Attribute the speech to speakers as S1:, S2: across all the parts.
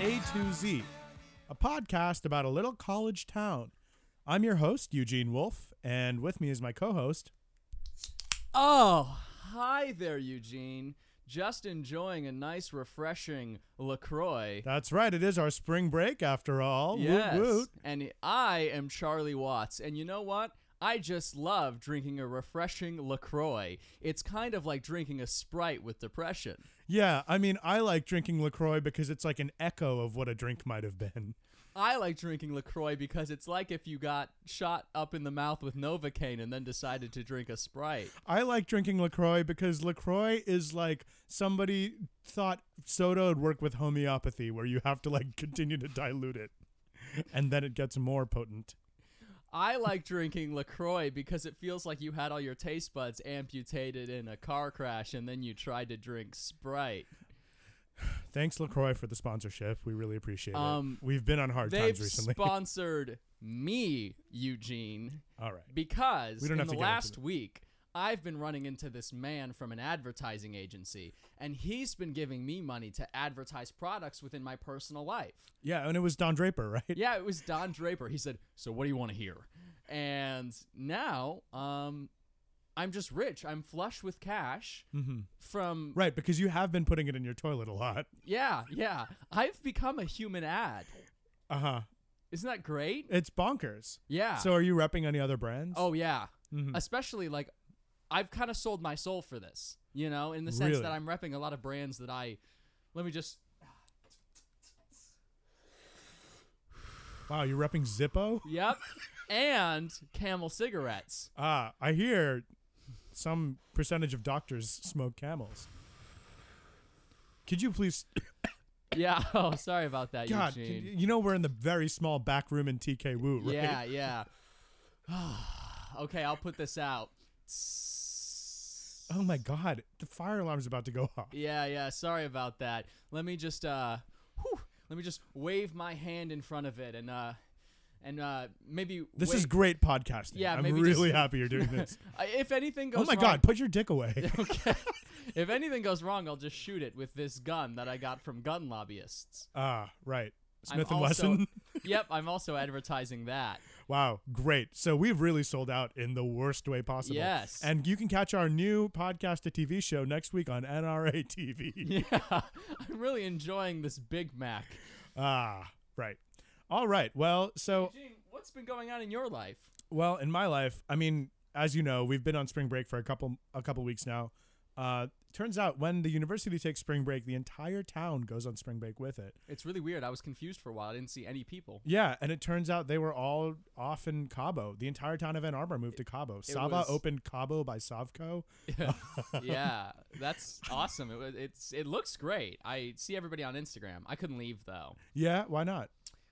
S1: A to Z, a podcast about a little college town. I'm your host, Eugene Wolf, and with me is my co host.
S2: Oh, hi there, Eugene. Just enjoying a nice, refreshing LaCroix.
S1: That's right, it is our spring break after all.
S2: Yes.
S1: Woot woot.
S2: And I am Charlie Watts. And you know what? I just love drinking a refreshing LaCroix. It's kind of like drinking a Sprite with depression.
S1: Yeah, I mean, I like drinking LaCroix because it's like an echo of what a drink might have been.
S2: I like drinking LaCroix because it's like if you got shot up in the mouth with Novocaine and then decided to drink a Sprite.
S1: I like drinking LaCroix because LaCroix is like somebody thought soda would work with homeopathy, where you have to like continue to dilute it and then it gets more potent.
S2: I like drinking LaCroix because it feels like you had all your taste buds amputated in a car crash and then you tried to drink Sprite.
S1: Thanks, LaCroix, for the sponsorship. We really appreciate
S2: Um,
S1: it. We've been on hard
S2: They've
S1: times recently.
S2: sponsored me, Eugene,
S1: All right.
S2: because
S1: We don't
S2: in
S1: have
S2: the
S1: to get into
S2: last
S1: that.
S2: week I've been running into this man from an advertising agency and he's been giving me money to advertise products within my personal life.
S1: Yeah, and it was Don Draper, right?
S2: yeah, it was Don Draper. He said, "So what do you want to hear?" And now, um, I'm just rich. I'm flush with cash
S1: Mm-hmm.
S2: from
S1: Right, because you have been putting it in your toilet a lot.
S2: yeah, yeah. I've become a human ad.
S1: Uh huh.
S2: Isn't that great?
S1: It's bonkers.
S2: Yeah.
S1: So, are you repping any other brands?
S2: Ah. oh yeah.
S1: Mm-hmm.
S2: Especially like, I've kind of sold my soul for this, you know, in the sense
S1: Really?
S2: that I'm repping a lot of brands that I. Let me just.
S1: wow, you're repping Zippo.
S2: Yep. and Camel cigarettes.
S1: Ah, I hear some percentage of doctors smoke camels. Could you please?
S2: Yeah. Oh, sorry about that,
S1: God,
S2: Eugene.
S1: can- you know we're in the very small back room in TK Woo, right?
S2: Yeah, yeah. okay, I'll put this out.
S1: Oh my God, the fire alarm's about to go off.
S2: Yeah, yeah. Sorry about that. Let me just uh, whew, let me just wave my hand in front of it and uh, and uh, maybe
S1: This
S2: wait.
S1: is great podcasting.
S2: Yeah,
S1: I'm
S2: maybe
S1: really
S2: just-
S1: happy you're doing this.
S2: Uh, if anything goes.
S1: oh my
S2: wrong,
S1: God, put your dick away.
S2: Okay. if anything goes wrong, I'll just shoot it with this gun that I got from gun lobbyists.
S1: Ah, right.
S2: I'm
S1: Smith and
S2: also-
S1: Wesson.
S2: yep, I'm also advertising that.
S1: Wow, great. So we've really sold out in the worst way possible.
S2: Yes.
S1: And you can catch our new podcast to TV show next week on NRA TV.
S2: Yeah, I'm really enjoying this Big Mac.
S1: ah, right. All right. Well, so
S2: Gene, what's been going on in your life?
S1: well, in my life, I mean, as you know, we've been on spring break for a couple a couple weeks now. Uh, turns out when the university takes spring break, the entire town goes on spring break with it.
S2: It's really weird. I was confused for a while. I didn't see any people.
S1: Yeah, and it turns out they were all off in Cabo. The entire town of Ann Arbor moved to Cabo. Sava
S2: was-
S1: opened Cabo by Savco.
S2: yeah, that's awesome. It was, it's it looks great. I see everybody on Instagram. I couldn't leave though.
S1: Yeah, why not?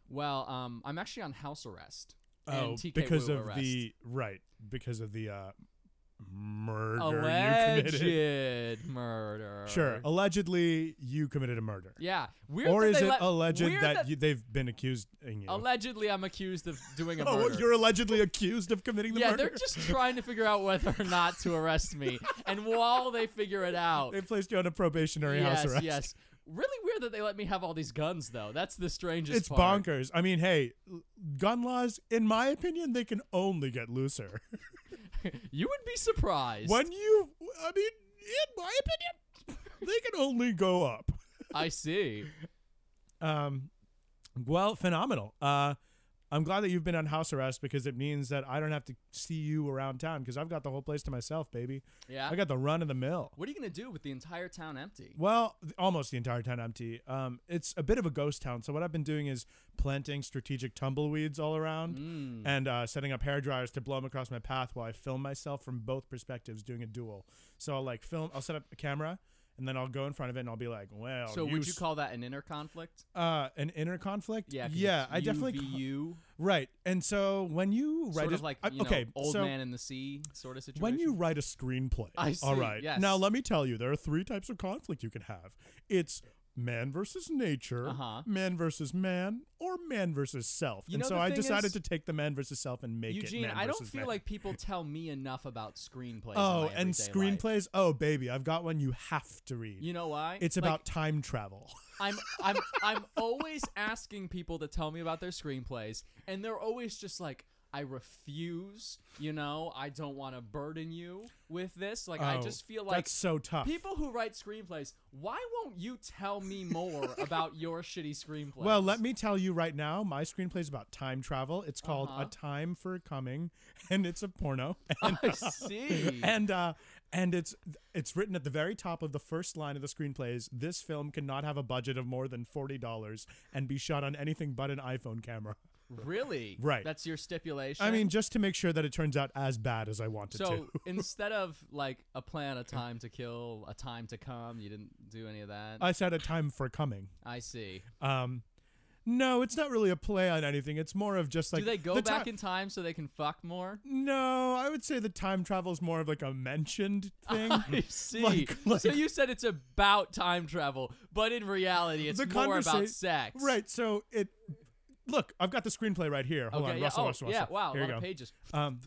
S2: Well, um, I'm actually on house arrest.
S1: Oh,
S2: and TK
S1: because
S2: Wu
S1: of
S2: arrest.
S1: the right, because of the uh, murder you committed.
S2: alleged murder.
S1: Sure, allegedly you committed a murder,
S2: Yeah. Weird
S1: or
S2: that
S1: is
S2: they
S1: it
S2: let-
S1: alleged
S2: weird
S1: that, you, they've been accusing you?
S2: allegedly I'm accused of doing a
S1: oh,
S2: murder?
S1: you're allegedly accused of committing the
S2: yeah,
S1: murder.
S2: they're just trying to figure out whether or not to arrest me, and while they figure it out,
S1: they placed you on a probationary house
S2: yes,
S1: arrest.
S2: yes. Really weird that they let me have all these guns though. That's the strangest
S1: It's
S2: part.
S1: bonkers. I mean, hey, l- gun laws, in my opinion, they can only get looser.
S2: You would be surprised.
S1: when you, I mean, in my opinion, they can only go up.
S2: I see.
S1: Um, well, phenomenal. Uh, I'm glad that you've been on house arrest because it means that I don't have to see you around town because I've got the whole place to myself, baby.
S2: Yeah.
S1: I got the run of the mill.
S2: What are you gonna do with the entire town empty?
S1: Well, th- almost the entire town empty. Um, it's a bit of a ghost town. So what I've been doing is planting strategic tumbleweeds all around
S2: Mm. Hmm.
S1: and uh, setting up hair dryers to blow them across my path while I film myself from both perspectives doing a duel. So I'll like film. I'll set up a camera and then I'll go in front of it and I'll be like, "Well,
S2: So would you
S1: Oh, s-
S2: call that an inner conflict?
S1: uh, an inner conflict?
S2: Yeah. 'cause
S1: yeah.
S2: it's
S1: I definitely ca-
S2: UVU,
S1: Right. And so when you write
S2: sort
S1: a,
S2: of like
S1: I-
S2: you know,
S1: okay,
S2: old
S1: so
S2: man in the sea sort of situation.
S1: when you write a screenplay,
S2: I
S1: all
S2: see,
S1: right.
S2: yes.
S1: Now let me tell you, there are three types of conflict you can have. It's man versus nature,
S2: Uh-huh.
S1: man versus man, or man versus self.
S2: You
S1: and
S2: know,
S1: so
S2: the
S1: I
S2: thing
S1: decided
S2: is-
S1: to take the man versus self and make it.
S2: Eugene,
S1: man
S2: I don't
S1: versus
S2: feel
S1: man.
S2: like people tell me enough about screenplays. in
S1: Oh,
S2: my everyday
S1: and
S2: life.
S1: screenplays. Oh, baby, I've got one you have to read.
S2: You know why?
S1: it's
S2: Like,
S1: about time travel.
S2: I'm I'm I'm always asking people to tell me about their screenplays, and they're always just like, I refuse. You know, I don't want to burden you with this. Like, I
S1: Oh,
S2: just feel like
S1: that's so tough.
S2: people who write screenplays. Why won't you tell me more about your shitty screenplay?
S1: Well, let me tell you right now, my screenplay is about time travel. It's called
S2: Uh-huh. Hmm.
S1: A Time for Coming, and it's a porno.
S2: I see.
S1: and uh and it's it's written at the very top of the first line of the screenplay is this film cannot have a budget of more than forty dollars and be shot on anything but an iPhone camera.
S2: really?
S1: Right.
S2: That's your stipulation.
S1: I mean, just to make sure that it turns out as bad as I wanted
S2: So
S1: to.
S2: instead of like a plan, a time to kill, a time to come, you didn't do any of that.
S1: I said a time for coming.
S2: I see.
S1: Um no, it's not really a play on anything. It's more of just like
S2: do they go
S1: the ti-
S2: back in time so they can fuck more?
S1: No, I would say the time travel is more of like a mentioned thing.
S2: I see.
S1: Like- like-
S2: so you said it's about time travel, but in reality, it's
S1: The
S2: more about
S1: conversa-
S2: sex.
S1: Right. So it. Look, I've got the screenplay right here. Hold
S2: Okay.
S1: on,
S2: yeah.
S1: Russell,
S2: oh,
S1: Russell,
S2: yeah.
S1: Russell.
S2: Wow.
S1: Here
S2: a
S1: you
S2: lot
S1: go.
S2: of pages.
S1: Um,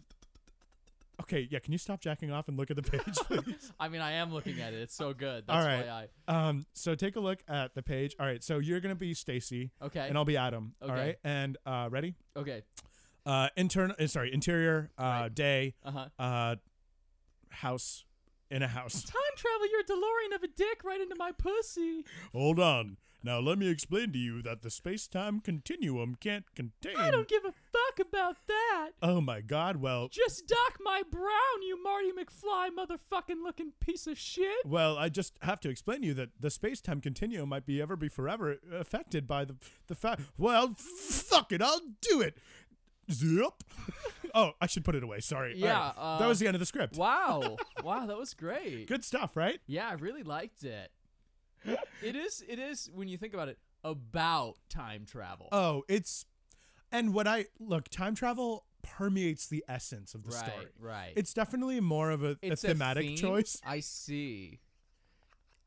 S1: okay. Yeah. Can you stop jacking off and look at the page, please?
S2: I mean, I am looking at it. It's so good.
S1: All
S2: That's
S1: right. um. So take a look at the page. All right. So you're gonna be Stacy,
S2: why I. Okay.
S1: and I'll be Adam. All
S2: Okay.
S1: right. And uh, ready?
S2: okay.
S1: Uh, internal. Uh, sorry, interior. Uh,
S2: Right.
S1: day.
S2: Uh huh.
S1: Uh, house. In a house.
S2: Time travel. You're a DeLorean of a dick right into my pussy.
S1: Hold on. Now let me explain to you that the space-time continuum can't contain.
S2: I don't give a fuck about that.
S1: oh my God. Well.
S2: Just dock my brown, you Marty McFly motherfucking looking piece of shit.
S1: Well, I just have to explain to you that the space-time continuum might be ever be forever affected by the the fact. Well, fuck it, I'll do it. Zip. oh, I should put it away. Sorry. All
S2: Yeah,
S1: that
S2: uh,
S1: was the end of the script.
S2: Wow. wow, that was great.
S1: Good stuff, right?
S2: Yeah, I really liked it. It is it is when you think about it about time travel.
S1: Oh, it's and what I look time travel permeates the essence of the
S2: right,
S1: story.
S2: right.
S1: It's definitely more of a, a
S2: It's
S1: thematic
S2: theme?
S1: choice.
S2: I see.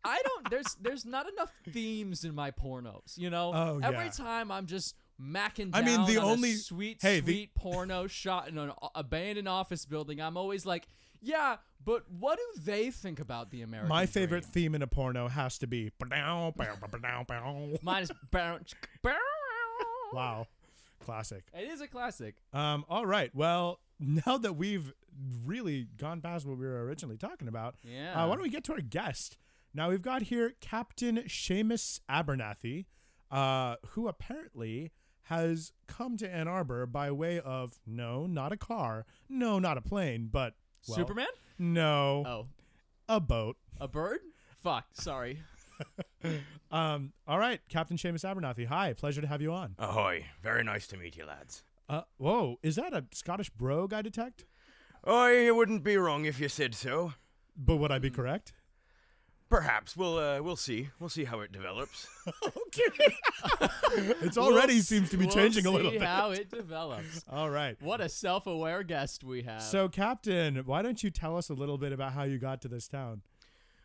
S2: I don't there's there's not enough themes in my pornos, you know?
S1: Oh,
S2: Every
S1: yeah.
S2: time I'm just macking down
S1: I mean, the
S2: on a
S1: only-
S2: sweet
S1: hey, the-
S2: sweet porno shot in an o- abandoned office building, I'm always like, yeah, but what do they think about the American
S1: My favorite
S2: dream?
S1: theme in a porno has to be. Wow,
S2: Mine is
S1: classic.
S2: It is a classic.
S1: Um, all right. Well, now that we've really gone past what we were originally talking about,
S2: Yeah.
S1: uh, why don't we get to our guest? Now we've got here Captain Seamus Abernathy, uh, who apparently has come to Ann Arbor by way of no, not a car, no, not a plane, but well,
S2: Superman?
S1: No,
S2: Oh,
S1: a boat.
S2: a bird? Fuck, sorry.
S1: Um, all right, Captain Seamus Abernathy. Hi, pleasure to have you on.
S3: Ahoy. Very nice to meet you, lads.
S1: Uh, whoa, is that a Scottish brogue I detect?
S3: Oh, you wouldn't be wrong if you said so.
S1: But would I
S2: Hmm.
S1: be correct?
S3: Perhaps. We'll, uh, we'll see. We'll see how it develops.
S1: okay. it's already seems to be
S2: We'll
S1: changing a
S2: see
S1: little bit.
S2: how it develops.
S1: All right.
S2: What a self-aware guest we have.
S1: So, Captain, why don't you tell us a little bit about how you got to this town?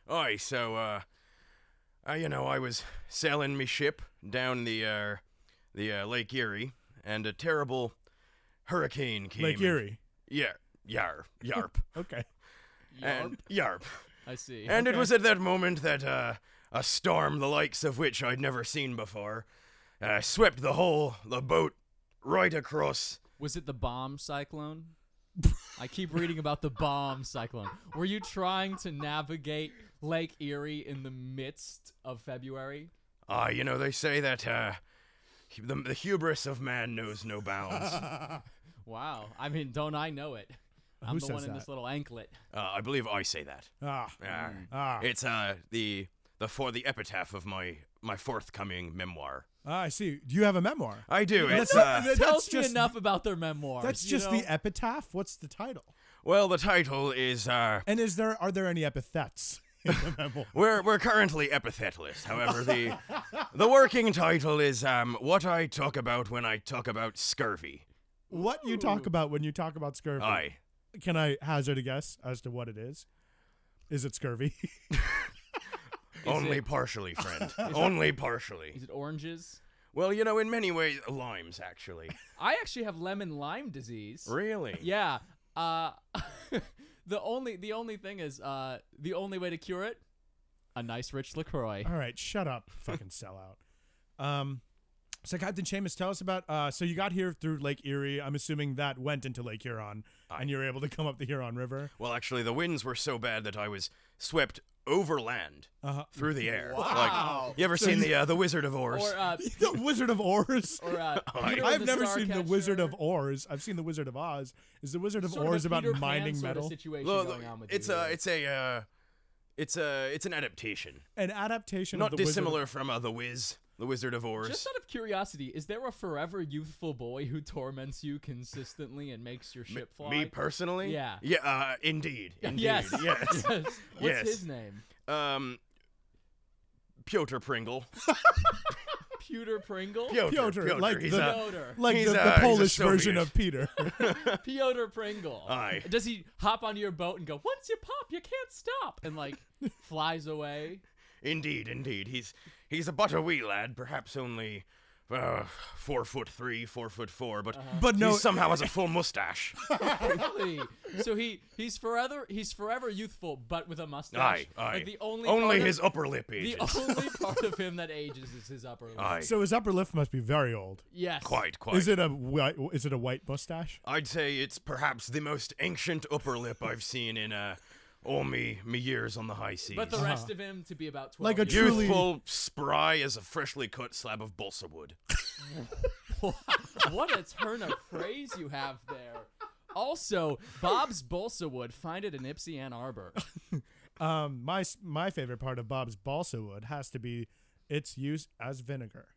S3: Aye, so, uh, uh, you know, I was sailing me ship down the, uh, the, uh, Lake Erie, and a terrible hurricane came.
S1: Lake
S3: and-
S1: Erie.
S3: Yeah. Yarp. Yarp.
S1: Okay.
S3: and, yarp.
S2: I see.
S3: And it was at that moment that, uh, a storm the likes of which I'd never seen before, uh, swept the whole, the boat, right across
S2: was it the bomb cyclone? I keep reading about the bomb cyclone. Were you trying to navigate Lake Erie in the midst of February?
S3: Ah, you know, they say that uh, hu- the, the hubris of man knows no bounds. uh,
S2: Wow. I mean, don't I know it? I'm
S1: Who
S2: the one
S1: says
S2: in
S1: that?
S2: this little anklet.
S3: I believe I say that.
S1: Ah.
S2: Mm.
S3: Ah.
S1: Ah.
S3: It's uh, the the for the epitaph of my my forthcoming memoir.
S1: Ah, I see. Do you have a memoir?
S3: I do. It's
S1: not-
S3: uh,
S1: th-
S2: Tells me
S1: just
S2: enough about their memoirs.
S1: That's
S2: Uh, you
S1: just
S2: know?
S1: the epitaph. What's the title?
S3: well, the title is uh,
S1: And is there are there any epithets in the memoir?
S3: we're we're currently epithetless. However, the the working title is um, what I talk about when I talk about scurvy.
S1: What you talk
S2: Ooh.
S1: about when you talk about scurvy?
S3: Aye.
S1: Can I hazard a guess as to what it is? Is it scurvy?
S3: Only
S2: it-
S3: partially, friend. Only partially.
S2: Is it oranges?
S3: Well, you know, in many ways, limes actually.
S2: I actually have lemon lime disease.
S3: Really?
S2: Yeah. Uh, the only the only thing is uh, the only way to cure it, a nice rich Lacroix.
S1: All right, shut up, fucking sellout. Um, so Captain Seamus, tell us about. Uh, so you got here through Lake Erie. I'm assuming that went into Lake Huron, and you were able to come up the Huron River.
S3: Well, actually, the winds were so bad that I was swept overland
S1: Uh-huh.
S3: through the air.
S2: Wow.
S3: Like, you ever seen the uh, the Wizard of Oz?
S2: Or uh,
S1: the Wizard of Oz.
S3: Oh
S2: or uh, Peter
S1: I've
S2: the
S1: never
S2: Star
S1: seen the Wizard
S2: Catcher.
S1: of Oz. I've seen the Wizard of Oz. Is the Wizard of
S2: Sort of
S1: Oz
S2: a
S1: about
S2: Peter Pan
S1: mining
S2: sort of
S1: metal?
S2: situation
S3: Look,
S2: going
S3: look,
S2: on with
S3: it's
S2: you
S3: a
S2: there.
S3: it's a uh, it's a it's an adaptation,
S1: An adaptation
S3: not
S1: of the
S3: dissimilar from uh, the Wiz, the Wizard of Oz.
S2: Just out of curiosity, is there a forever youthful boy who torments you consistently and makes your ship fly?
S3: Me personally,
S2: Yeah.
S3: yeah, uh, indeed, indeed,
S2: yes.
S3: yes.
S2: What's
S3: Yes.
S2: his name?
S3: um, Piotr Pringle,
S2: Pewter Pringle?
S3: Piotr,
S1: Piotr,
S3: Piotr,
S1: like
S3: he's
S1: the-
S3: a-
S2: Piotr.
S1: Wizard. Like
S3: He's
S1: the,
S3: a-
S1: the
S3: he's a
S1: Polish version
S3: Soviet.
S1: of Peter.
S2: Piotr Pringle.
S3: Aye.
S2: Does he hop onto your boat and go, once you pop, you can't stop? And like flies away?
S3: Indeed, indeed. He's he's a butter wee lad, perhaps only uh, four foot three, four foot four, but
S1: But no,
S3: he somehow has a full mustache.
S2: Really? so he he's forever he's forever youthful, but with a mustache.
S3: aye, aye.
S2: Like the only part
S3: only
S2: of-
S3: his upper lip
S2: the
S3: ages.
S2: only part of him that ages is his upper lip.
S3: aye,
S1: so his upper lip must be very old.
S2: Yes.
S3: quite, quite.
S1: Is it a white? Is it a white mustache?
S3: I'd say it's perhaps the most ancient upper lip I've seen in uh, all me me years on the high seas.
S2: But the rest of him to be about twelve.
S1: Like a
S2: years.
S1: Jew-
S3: Youthful, spry as a freshly cut slab of balsa wood.
S2: what a turn of phrase you have there. Also, Bob's Bolsa would find it in Ipsy Ann Arbor.
S1: Um, my s- my favorite part of Bob's balsa wood has to be its use as vinegar.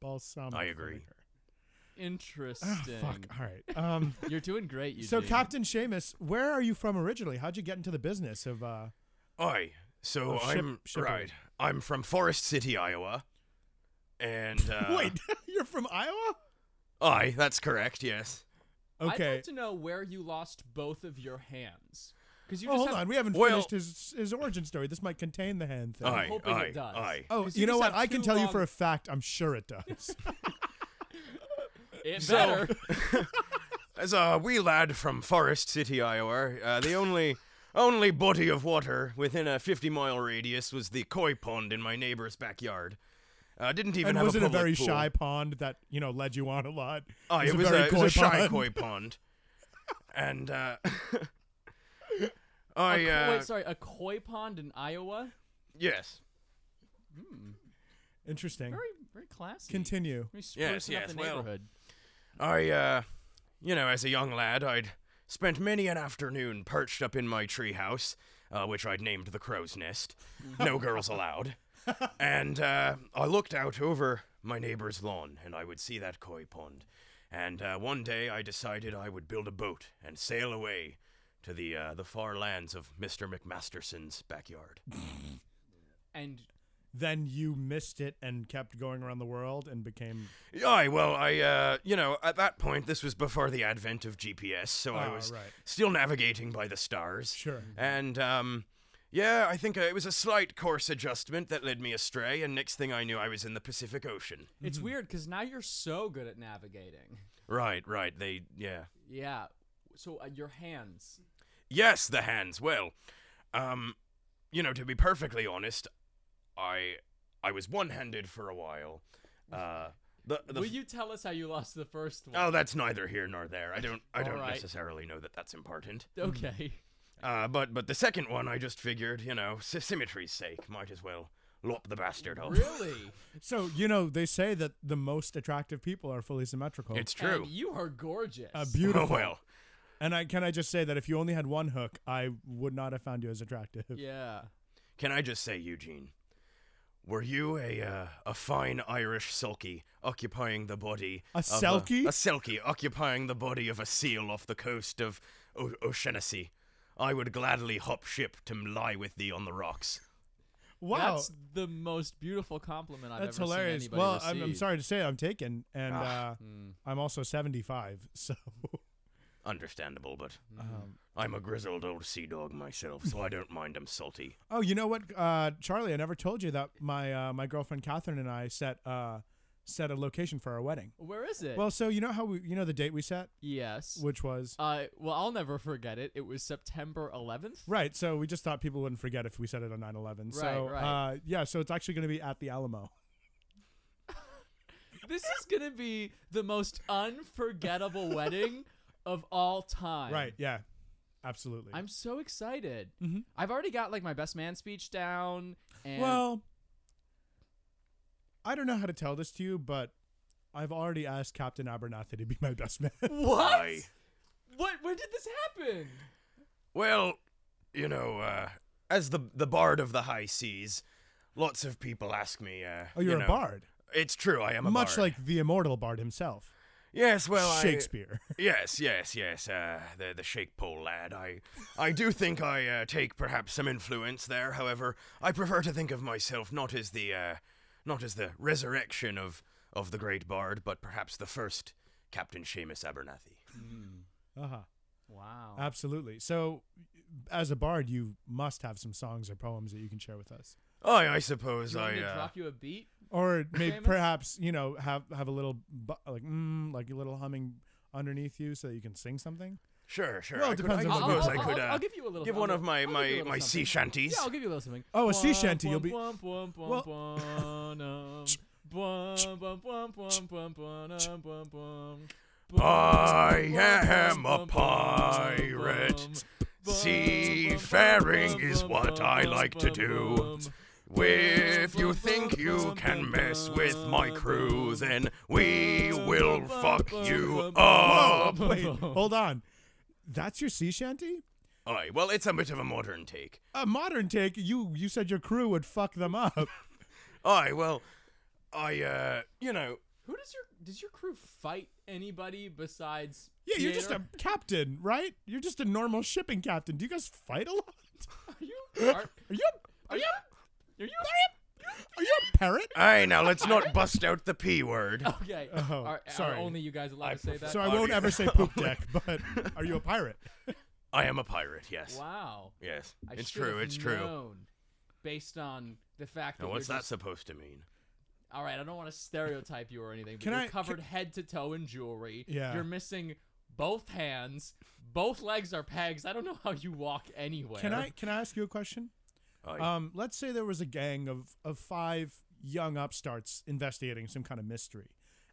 S1: Balsamic.
S3: I agree.
S1: vinegar. Ah,
S2: Interesting.
S1: Oh, Fuck. All right. Um,
S2: You're doing great. You
S1: so
S2: do.
S1: Captain Seamus, where are you from originally? How'd you get into the business of? Uh,
S3: Aye, so
S1: Of ship-
S3: I'm
S1: shipping.
S3: right. I'm from Forest City, Iowa, and uh,
S1: wait, you're from Iowa?
S3: aye, that's correct. Yes.
S2: I'd
S1: Okay.
S2: like to know where you lost both of your hands. Because you
S1: Oh,
S2: just
S1: hold
S2: have,
S1: on. We haven't
S3: Well-
S1: finished his his origin story. This might contain the hand thing.
S3: Aye,
S2: hoping
S3: aye,
S2: it does.
S3: aye.
S1: Oh,
S2: 'Cause
S1: you know
S2: just
S1: what?
S2: have
S1: I can
S2: two
S1: tell you
S2: long-
S1: for a fact. I'm sure it does.
S2: It
S3: So-
S2: better.
S3: As a wee lad from Forest City, Iowa, uh, the only only body of water within a 50 mile radius was the koi pond in my neighbor's backyard. Uh, didn't even
S1: and
S3: have
S1: was
S3: a
S1: it a
S3: public
S1: very
S3: pool.
S1: shy pond that you know led you on a lot?
S3: Oh, it was,
S1: very
S3: a, it was a
S1: coy
S3: shy
S1: pond.
S3: koi pond. And uh, I
S2: A
S3: uh,
S2: co- Wait, sorry, a koi pond in Iowa?
S3: yes,
S1: Interesting.
S2: Very, very classy.
S1: Continue.
S2: Very sprucing
S3: Yes,
S2: up
S3: yes,
S2: the
S3: well-
S2: neighborhood.
S3: I uh, you know, as a young lad, I'd spent many an afternoon perched up in my treehouse, uh, which I'd named the Crow's Nest. No girls allowed. and uh, I looked out over my neighbor's lawn, and I would see that koi pond. And uh, one day, I decided I would build a boat and sail away to the uh, the far lands of Mister McMasterson's backyard.
S2: And
S1: Then you missed it and kept going around the world and became.
S3: Aye, well, I, uh, you know, at that point, this was before the advent of GPS, so I
S1: Ah,
S3: was
S1: right.
S3: still navigating by the stars.
S1: Sure.
S3: And, um, yeah, I think uh, it was a slight course adjustment that led me astray, and next thing I knew, I was in the Pacific Ocean.
S2: it's weird because now you're so good at navigating.
S3: Right, right, they, yeah.
S2: Yeah. So uh, your hands.
S3: Yes, the hands, well, um, you know, to be perfectly honest, I, I was one-handed for a while. Uh, the, the
S2: Will you tell us how you lost the first one?
S3: Oh, that's neither here nor there. I don't. I
S2: All
S3: don't
S2: right.
S3: necessarily know that that's important.
S2: Okay.
S3: Uh, but but the second one, I just figured, you know, s- symmetry's sake, might as well lop the bastard off.
S2: Really?
S1: So you know they say that the most attractive people are fully symmetrical.
S3: It's true.
S2: And you are gorgeous.
S1: uh,
S3: Oh,
S1: beautiful.
S3: well,
S1: And I can I just say that if you only had one hook, I would not have found you as attractive.
S2: yeah.
S3: can I just say, Eugene, were you a uh, a fine Irish sulky occupying the body
S1: A
S3: of
S1: selkie?
S3: A, selkie occupying the body of a seal off the coast of o- O'Shaughnessy. I would gladly hop ship to lie with thee on the rocks.
S1: Wow,
S2: That's the most beautiful compliment I've
S1: that's
S2: ever
S1: hilarious.
S2: seen anybody Ah.
S1: Well, I'm, I'm
S2: receive. Hmm.
S1: sorry to say I'm taken, and uh,
S3: Ah.
S1: I'm also 75. So
S3: Understandable, but
S1: Um,
S3: I'm a grizzled old sea dog myself, so I don't mind 'em salty.
S1: oh, you know what, uh, Charlie? I never told you that my uh, my girlfriend Catherine and I set uh, set a location for our wedding.
S2: Where is it?
S1: Well, so you know how we you know the date we set,
S2: yes.
S1: which was
S2: uh, well, I'll never forget it. It was September 11th.
S1: right. So we just thought people wouldn't forget if we set it on 9/11. so
S2: Right, right.
S1: Uh, yeah, so it's actually going to be at the Alamo.
S2: This is gonna be the most unforgettable wedding of all time.
S1: Right. Yeah. Absolutely.
S2: I'm so excited.
S1: Mhm.
S2: I've already got like my best man speech down. And
S1: well, I don't know how to tell this to you, but I've already asked Captain Abernathy to be my best man. Oh,
S2: what?
S3: I-
S2: What? When did this happen?
S3: Well, you know, uh, as the the bard of the high seas, lots of people ask me. Uh,
S1: oh, you're
S3: you
S1: a
S3: know-
S1: bard,
S3: It's true, I am a
S1: much
S3: bard.
S1: like the immortal bard himself,
S3: yes, well, I-
S1: Shakespeare.
S3: yes, yes, yes. Uh, the the shake pole lad. I I do think I uh, take perhaps some influence there. However, I prefer to think of myself not as the uh, not as the resurrection of of the great bard, but perhaps the first Captain Seamus Abernathy.
S1: uh
S3: Uh-huh.
S1: huh.
S2: Wow.
S1: Absolutely. So, as a bard, you must have some songs or poems that you can share with us,
S3: I I suppose
S2: Do you want
S3: I.
S2: me to
S3: uh,
S2: drop you a beat?
S1: or maybe
S2: Seamus?
S1: perhaps you know have have a little bu- like mm, like a little humming underneath you so that you can sing something.
S3: Sure, sure.
S1: Well,
S3: I
S1: it
S3: could-
S1: depends
S3: I
S1: on what
S2: I'll,
S1: the
S3: suppose
S2: I'll-
S1: mood.
S3: I could
S2: I'll-
S3: uh,
S2: I'll give you a little.
S3: give one
S2: I'll
S3: of my
S2: I'll give you
S3: my
S2: a little
S3: my sea
S2: something.
S3: shanties.
S2: Yeah, I'll give you a little something.
S1: Oh, a sea shanty, you'll be-
S2: Bwomp, bwomp,
S1: Well-
S2: bwomp, bwomp, um, bwomp, bwomp, bwomp, bwomp, bwomp, bwomp, bwomp, bwomp, bwomp,
S3: I
S2: bwomp,
S3: am a
S2: bwomp, bwomp, bwomp,
S3: pirate.
S2: bwomp, bwomp,
S3: Seafaring
S2: bwomp,
S3: is
S2: bwomp,
S3: what I
S2: bwomp,
S3: like to
S2: bwomp,
S3: do.
S2: bwomp.
S3: If you think you can mess with my crew, then we will fuck you up.
S1: Oh, Wait, hold on. That's your sea shanty?
S3: Aye, well, it's a bit of a modern take.
S1: A modern take. You you said your crew would fuck them up.
S3: Aye, well, I, uh, you know,
S2: Who does your does your crew fight anybody besides?
S1: Yeah, you're just a
S2: Theodore?
S1: captain, right? You're just a normal shipping captain. Do you guys fight a lot?
S2: Are you? Are,
S1: Are you
S2: are you? Are you?
S1: are you a parrot?
S3: aye, now let's not bust out the P word.
S2: Okay.
S1: Oh,
S2: are,
S1: sorry.
S2: Are only you guys allowed
S3: I
S2: to say that? Oh
S1: So I won't
S3: Obvious.
S1: ever say poop deck, but are you a pirate?
S3: I am a pirate, yes.
S2: wow.
S3: Yes,
S2: I
S3: it's
S2: should
S3: true,
S2: have
S3: it's true.
S2: known, based on the fact that
S3: Now, what's
S2: you're
S3: that
S2: just,
S3: supposed to mean?
S2: all right, I don't want to stereotype you or anything, but
S1: Can
S2: you're
S1: I-
S2: covered head to toe in jewelry.
S1: Yeah.
S2: You're missing both hands. Both legs are pegs. I don't know how you walk anywhere.
S1: Can I can I ask you a question?
S3: Aye.
S1: Um, let's say there was a gang of of five young upstarts investigating some kind of mystery,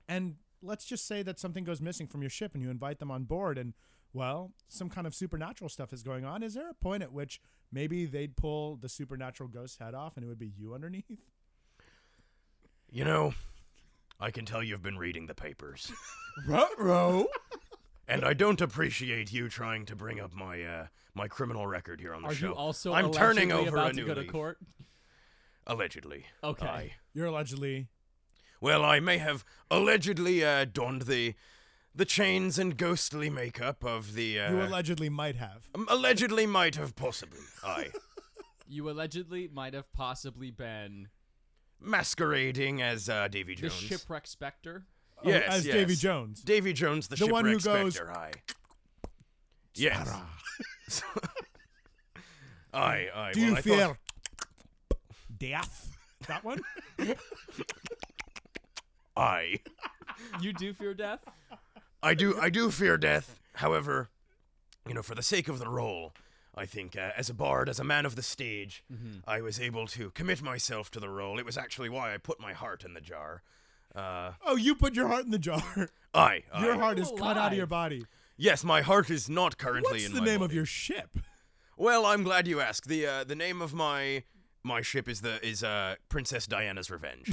S1: and let's just say that something goes missing from your ship, and you invite them on board, and well, some kind of supernatural stuff is going on. Is there a point at which maybe they'd pull the supernatural ghost head off, and it would be you underneath?
S3: you know, I can tell you've been reading the papers.
S1: Ruh-roh.
S3: And I don't appreciate you trying to bring up my uh, my criminal record here on the
S2: Are
S3: show.
S2: you also
S3: I'm turning
S2: allegedly
S3: over
S2: about
S3: a
S2: to
S3: new
S2: go to
S3: leaf.
S2: court?
S3: Allegedly.
S2: Okay.
S3: Aye.
S1: You're allegedly
S3: Well, I may have allegedly uh, donned the the chains and ghostly makeup of the. Uh,
S1: you allegedly might have.
S3: um, allegedly might have possibly. Aye.
S2: You allegedly might have possibly been
S3: Masquerading as uh, Davy
S2: the
S3: Jones.
S2: shipwreck specter.
S3: Yes,
S1: as
S3: yes.
S1: Davy Jones.
S3: Davy Jones, the,
S1: The one who
S3: shipwreck
S1: goes-
S3: spectre. Aye. Yes. aye, aye.
S1: Do you
S3: well, I
S1: fear
S3: thought-
S1: death? That one?
S3: Aye.
S2: You do fear death?
S3: I do I do fear death. However, you know, for the sake of the role, I think uh, as a bard, as a man of the stage,
S1: Mm-hmm.
S3: I was able to commit myself to the role. It was actually why I put my heart in the jar. Uh,
S1: Oh, you put your heart in the jar.
S3: I,
S1: Your heart
S2: you
S1: is cut out of your
S2: alive?
S1: body.
S3: Yes, my heart is not currently
S1: What's
S3: in
S1: the
S3: my
S1: name of
S3: body.
S1: your ship?
S3: Well, I'm glad you asked. The uh, the name of my my ship is the is uh, Princess Diana's Revenge.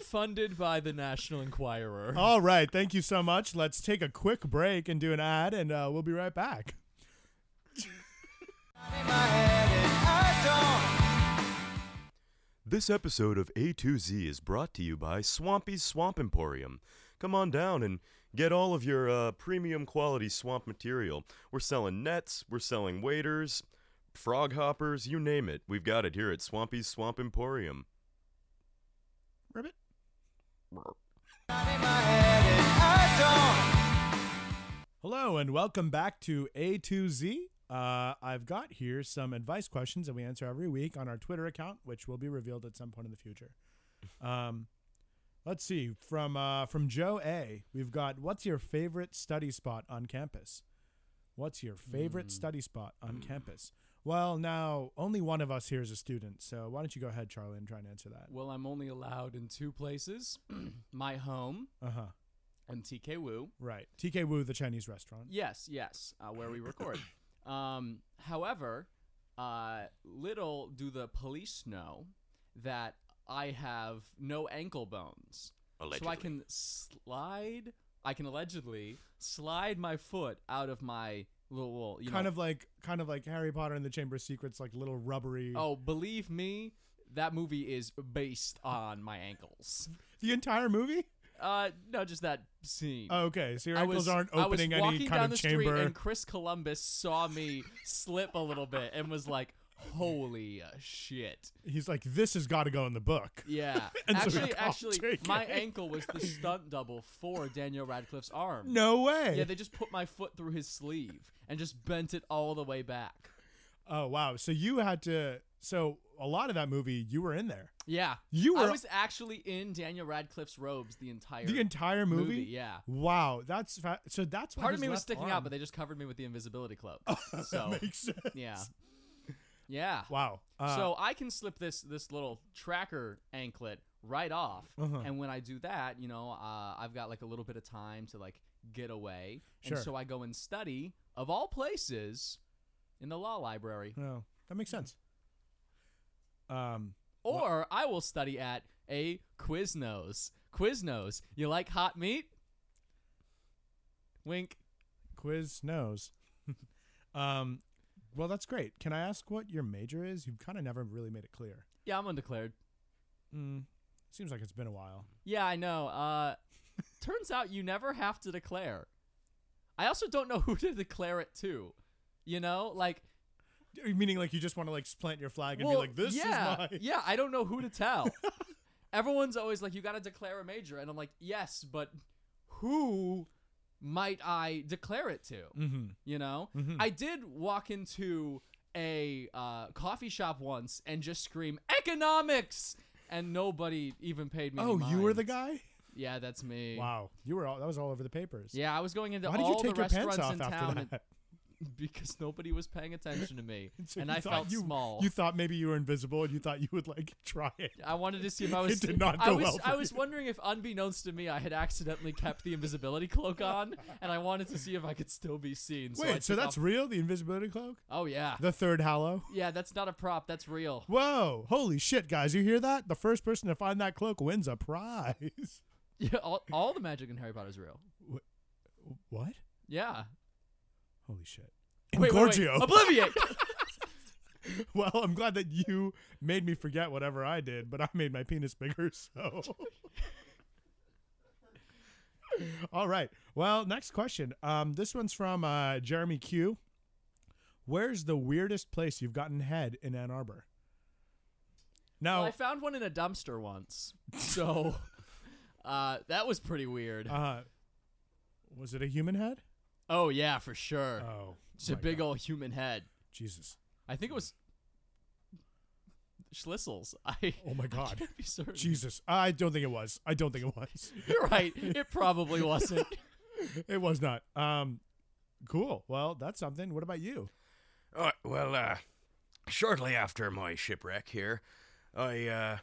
S2: Funded by the National Enquirer.
S1: All right, thank you so much. Let's take a quick break and do an ad, and uh, we'll be right back.
S3: This episode of A2Z is brought to you by Swampy's Swamp Emporium. Come on down and get all of your uh, premium quality swamp material. We're selling nets, we're selling waders, frog hoppers, you name it. We've got it here at Swampy's Swamp Emporium.
S1: Ribbit? Hello and welcome back to A to Z. Uh, I've got here some advice questions that we answer every week on our Twitter account, which will be revealed at some point in the future. Um, let's see from uh, from Joe A. We've got what's your favorite study spot on campus? What's your favorite study spot on campus? Well, now only one of us here is a student, so why don't you go ahead, Charlie, and try and answer that?
S2: Well, I'm only allowed in two places my home
S1: Uh huh.
S2: and TK Woo.
S1: Right. TK Wu, the Chinese restaurant.
S2: Yes, yes, uh, where we record. um, however, uh, little do the police know that I have no ankle bones, so I
S3: Allegedly.
S2: can slide. I can allegedly slide my foot out of my little, well, you
S1: kind
S2: know,
S1: of like kind of like Harry Potter and the Chamber of Secrets, like little rubbery.
S2: Oh, believe me, that movie is based on my ankles.
S1: The entire movie?
S2: Uh, no, just that scene.
S1: Oh, okay, so your
S2: I
S1: ankles
S2: was,
S1: aren't opening
S2: I was walking
S1: any
S2: down
S1: kind
S2: the
S1: of
S2: street
S1: chamber.
S2: and Chris Columbus saw me slip a little bit and was like, "Holy uh, shit!"
S1: He's like, this has got to go in the book.
S2: Yeah,
S1: And so we
S2: actually,
S1: called
S2: actually,
S1: JK.
S2: my ankle was the stunt double for Daniel Radcliffe's arm.
S1: No way.
S2: Yeah, they just put my foot through his sleeve and just bent it all the way back.
S1: oh wow. So you had to. So a lot of that movie, you were in there.
S2: Yeah,
S1: You were
S2: I was actually in Daniel Radcliffe's robes the entire
S1: the entire movie.
S2: movie, yeah.
S1: Wow. That's fa- so. That's why
S2: Part
S1: his
S2: of me was
S1: left
S2: sticking out,
S1: arm- Oh,
S2: but they just covered me with the invisibility cloak. So
S1: makes sense.
S2: yeah, yeah.
S1: Wow. Uh,
S2: so I can slip this this little tracker anklet right off,
S1: Uh-huh.
S2: and when I do that, you know, uh, I've got like a little bit of time to like get away,
S1: Sure.
S2: and so I go and study of all places in the law library,
S1: no, that makes sense. Um.
S2: or I will study at a Quiznos. Quiznos, you like hot meat? Wink.
S1: Quiz knows. um, well, that's great. Can I ask what your major is? You've kind of never really made it clear.
S2: Yeah, I'm undeclared.
S1: Mm. Seems like it's been a while.
S2: Yeah, I know. Uh, turns out you never have to declare. I also don't know who to declare it to. You know, like
S1: Meaning, like you just want to like plant your flag and
S2: well,
S1: be like, "This
S2: yeah,
S1: is my."
S2: yeah. I don't know who to tell. Everyone's always like, you got to declare a major, and I'm like, yes, but who might I declare it to?
S1: Mm-hmm.
S2: You know,
S1: Mhm.
S2: I did walk into a uh, coffee shop once and just scream economics, and nobody even paid me. any
S1: Oh, you were the
S2: mind.
S1: guy.
S2: Yeah, that's me.
S1: Wow, you were all that was all over the papers.
S2: Yeah, I was going into
S1: Why did
S2: all
S1: you take
S2: the
S1: your
S2: restaurants
S1: pants off
S2: in town
S1: after
S2: and-
S1: that?
S2: because nobody was paying attention to me,
S1: So
S2: and
S1: you
S2: I
S1: thought
S2: felt
S1: you,
S2: small.
S1: You thought maybe you were invisible, and you thought you would like try it.
S2: I wanted to see if I was.
S1: did not
S2: I
S1: go
S2: was,
S1: well for
S2: I was wondering if, unbeknownst to me, I had accidentally kept the invisibility cloak on, and I wanted to see if I could still be seen. So I
S1: Wait, so
S2: took
S1: that's
S2: off-
S1: real? The invisibility cloak?
S2: oh yeah,
S1: The third Hallow?
S2: yeah. That's not a prop. That's real.
S1: Whoa! Holy shit, guys! You hear that? The first person to find that cloak wins a prize.
S2: Yeah, all, all the magic in Harry Potter is real.
S1: What?
S2: Yeah.
S1: Holy shit.
S2: Wait, Oh, wait, wait.
S1: Gorgio.
S2: Obliviate.
S1: well, I'm glad that you made me forget whatever I did, but I made my penis bigger, so. All right. Well, next question. Um, this one's from uh, Jeremy Q. Where's the weirdest place you've gotten head in Ann Arbor? Now,
S2: Well, I found one in a dumpster once, so uh, that was pretty weird.
S1: uh, was it a human head?
S2: oh yeah, for sure.
S1: Oh,
S2: It's a
S1: my
S2: big
S1: God.
S2: old human head.
S1: Jesus.
S2: I think it was Schlissel's. I
S1: Oh my
S2: I
S1: God.
S2: can't be certain.
S1: Jesus. I don't think it was. I don't think it was.
S2: You're right. It probably wasn't.
S1: It was not. Um, cool. Well, that's something. What about you?
S3: Uh, well, uh, shortly after my shipwreck here, I uh,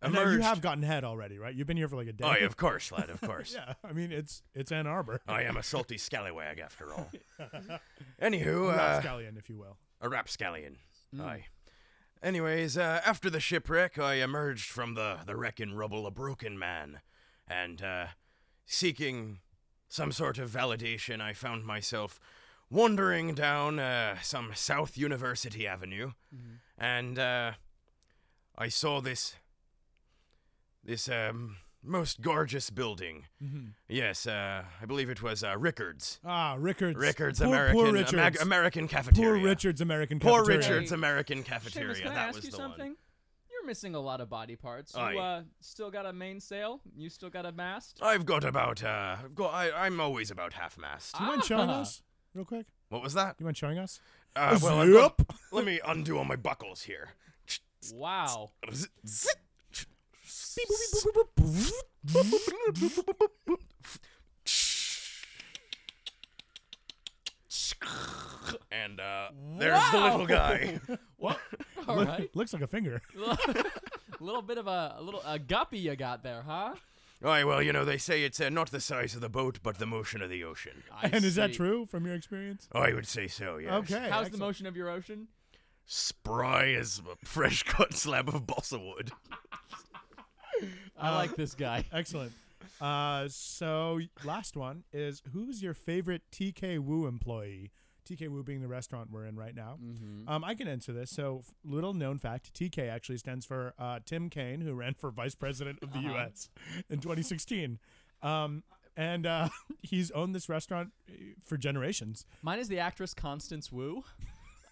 S1: And now you
S3: emerged.
S1: have gotten head already, right? You've been here for like a day.
S3: Oh, yeah, Oh, of course, lad, of course.
S1: yeah. I mean, it's it's Ann Arbor,
S3: I am a salty scallywag after all. Anywho, uh,
S1: Rapscallion, if you will.
S3: a rapscallion.
S1: Mm.
S3: Aye. Anyways, uh, after the shipwreck, I emerged from the, the wreck and rubble a broken man, and uh, seeking some sort of validation, I found myself wandering down uh, some South University Avenue,
S1: Mm-hmm.
S3: and uh, I saw this this um, most gorgeous building.
S1: Mm-hmm.
S3: Yes, uh, I believe it was uh, Rickards.
S1: Ah, Rickards.
S3: Rickards
S1: poor,
S3: American
S1: Poor
S3: Amag-
S1: Richards.
S3: American
S1: poor
S3: cafeteria.
S1: Richards. American.
S3: Poor
S1: cafeteria.
S3: Richard's American
S2: Seamus,
S3: Cafeteria.
S2: can I
S3: that
S2: ask
S3: was
S2: you
S3: the
S2: something?
S3: one. Oh,
S2: You missing a lot of body parts. You
S3: Aye.
S2: uh, still got a mainsail. You still got a mast.
S3: I've got about uh, I've got, I, I'm always about half mast.
S1: Do you mind showing
S2: Ah.
S1: us real quick? Do
S3: What was that?
S1: you mind showing us?
S3: Uh, well, I've got- let me undo all my buckles here.
S2: Wow.
S3: And uh, there's the little guy.
S1: What?
S2: All right.
S1: Looks like a finger.
S2: little bit of a, a little a guppy you got there, huh?
S3: Aye, well, you know, they say it's uh, not the size of the boat, but the motion of the ocean.
S2: I
S1: and is that
S2: see.
S1: true from your experience?
S3: I would say so, yes.
S1: Okay.
S2: How's
S1: excellent.
S2: the motion of your ocean?
S3: Spry as a fresh cut slab of balsa wood.
S1: Uh,
S2: I like this guy.
S1: Excellent. Uh, so last one is who's your favorite TK Woo employee? TK Woo being the restaurant we're in right now.
S2: Mm-hmm.
S1: Um, I can answer this. So f- little known fact, TK actually stands for uh, Tim Kaine, who ran for vice president of the
S2: Uh-huh.
S1: U.S. in 2016. Um, and uh, he's owned this restaurant uh, for generations,
S2: Mine is the actress Constance Wu.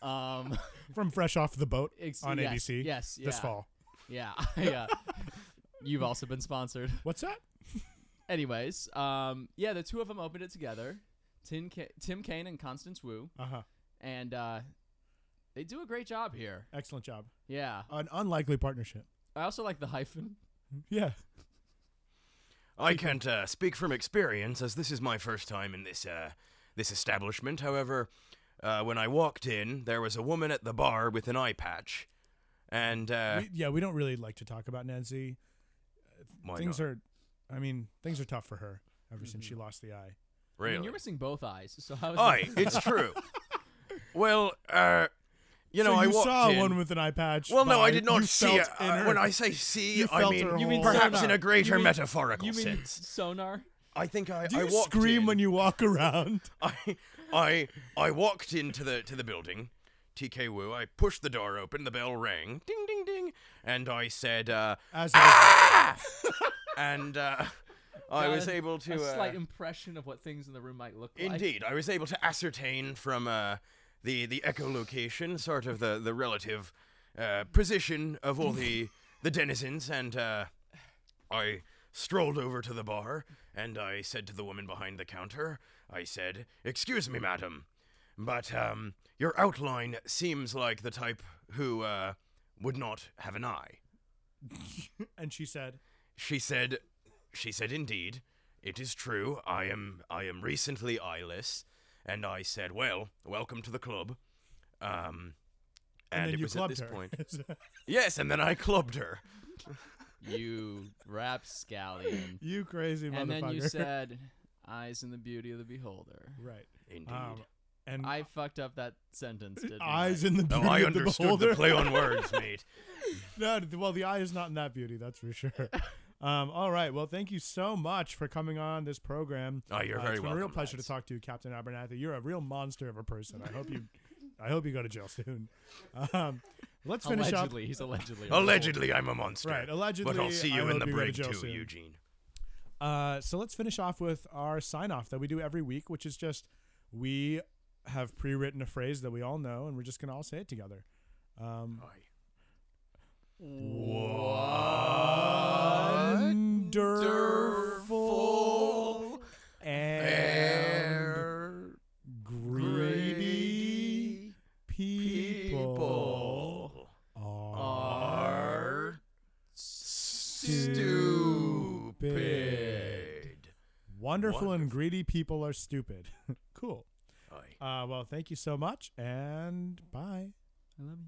S2: Um,
S1: from Fresh Off the Boat
S2: Ex-
S1: on
S2: yes,
S1: ABC
S2: yes,
S1: this
S2: yeah.
S1: fall.
S2: yeah, yeah. You've also been sponsored.
S1: What's that?
S2: Anyways, um, yeah, the two of them opened it together. Tim, K- Tim Kaine and Constance Wu,
S1: Uh huh.
S2: and uh, they do a great job here.
S1: Excellent job.
S2: Yeah,
S1: An unlikely partnership.
S2: I also like the hyphen.
S1: Yeah.
S3: I can't uh, speak from experience, as this is my first time in this uh, this establishment. However, uh, when I walked in, there was a woman at the bar with an eye patch, and
S2: Eh.
S3: uh,
S1: we, yeah, we don't really like to talk about Nancy.
S3: why
S1: things
S3: not?
S1: are, I mean, things are tough for her ever since
S3: Mm-hmm.
S1: she lost the eye.
S2: I mean,
S3: really. Oh,
S2: you're missing both eyes, so how is
S3: Aye, it's true. well, uh, you know,
S1: so
S3: I
S1: you
S3: walked
S1: saw
S3: in.
S1: one with an eye patch.
S3: well, no, I
S1: by-
S3: did not
S1: you
S3: see it.
S1: felt in
S3: Uh,
S1: her.
S3: when I say see,
S1: You
S3: I
S1: felt
S3: mean
S1: her
S2: You mean
S1: whole-
S3: perhaps in
S2: sonar.
S3: a greater
S2: You mean-
S3: metaphorical
S2: You mean
S3: sense.
S2: sonar?
S3: I think I.
S1: do
S3: I
S1: you
S3: walked
S1: scream
S3: in.
S1: when you walk around?
S3: I I I walked into the to the building, TK Wu. I pushed the door open. The bell rang, ding ding ding, and I said, uh,
S1: As ah!
S3: and uh, I
S2: Got
S3: was
S2: a-
S3: able to.
S2: a slight
S3: uh,
S2: impression of what things in the room might look like.
S3: indeed, I was able to ascertain from uh, the the echolocation, sort of the the relative uh, position of all the the denizens, and uh, I strolled over to the bar and I said to the woman behind the counter, I said, "Excuse me, madam." But um, your outline seems like the type who uh, would not have an eye.
S1: and she said,
S3: She said, she said, indeed, it is true. I am, I am recently eyeless. And I said, well, welcome to the club. Um,
S1: and,
S3: and,
S1: then
S3: it
S1: you
S3: was at
S1: clubbed
S3: this
S1: her.
S3: point. Yes, and then I clubbed her.
S2: You rapscallion.
S1: you crazy motherfucker!
S2: and then you said, "Eyes in the beauty of the beholder."
S1: right?
S3: Indeed.
S1: Um, and
S2: I fucked up that sentence, didn't
S1: eyes
S2: I?
S1: in the
S3: oh,
S1: beauty
S3: I
S1: of the
S3: understood
S1: beholder.
S3: the play on words, mate.
S1: No, th- well, the eye is not in that beauty, that's for sure. Um, all right. Well, thank you so much for coming on this program.
S3: Oh, you're
S1: Uh,
S3: very
S1: It's been a real
S3: welcome,
S1: pleasure
S3: lads.
S1: to talk to you, Captain Abernathy. You're a real monster of a person. I hope you, I hope you go to jail soon. Um, let's finish
S2: allegedly, he's allegedly. a beholder.
S3: Allegedly, I'm a monster.
S1: Right,
S3: But
S1: allegedly,
S3: I'll see
S1: I
S3: you in
S1: hope
S3: the
S1: you go to
S3: brig
S1: jail
S3: too,
S1: soon.
S3: Eugene.
S1: off. Uh, so let's finish off with our sign off that we do every week, which is just we have pre-written a phrase that we all know, and we're just gonna all say it together.
S3: Aye.
S1: Wonderful and greedy people are
S3: are
S1: stupid. Wonderful and greedy people are stupid. cool.
S3: Aye.
S1: Uh, well, thank you so much, and bye.
S2: I love you.